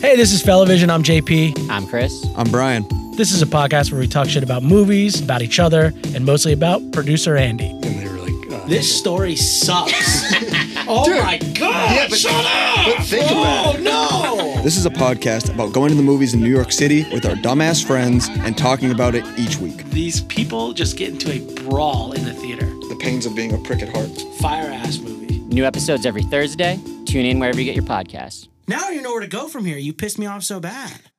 Hey, this is Felavision. I'm JP. I'm Chris. I'm Brian. This is a podcast where we talk shit about movies, about each other, and mostly about producer Andy. And they were like, uh, This story sucks. oh my god! shut up! but think about Oh no! This is a podcast about going to the movies in New York City with our dumbass friends and talking about it each week. These people just get into a brawl in the theater. The pains of being a prick at heart. Fire ass movie. New episodes every Thursday. Tune in wherever you get your podcasts. Now you know where to go from here. You pissed me off so bad.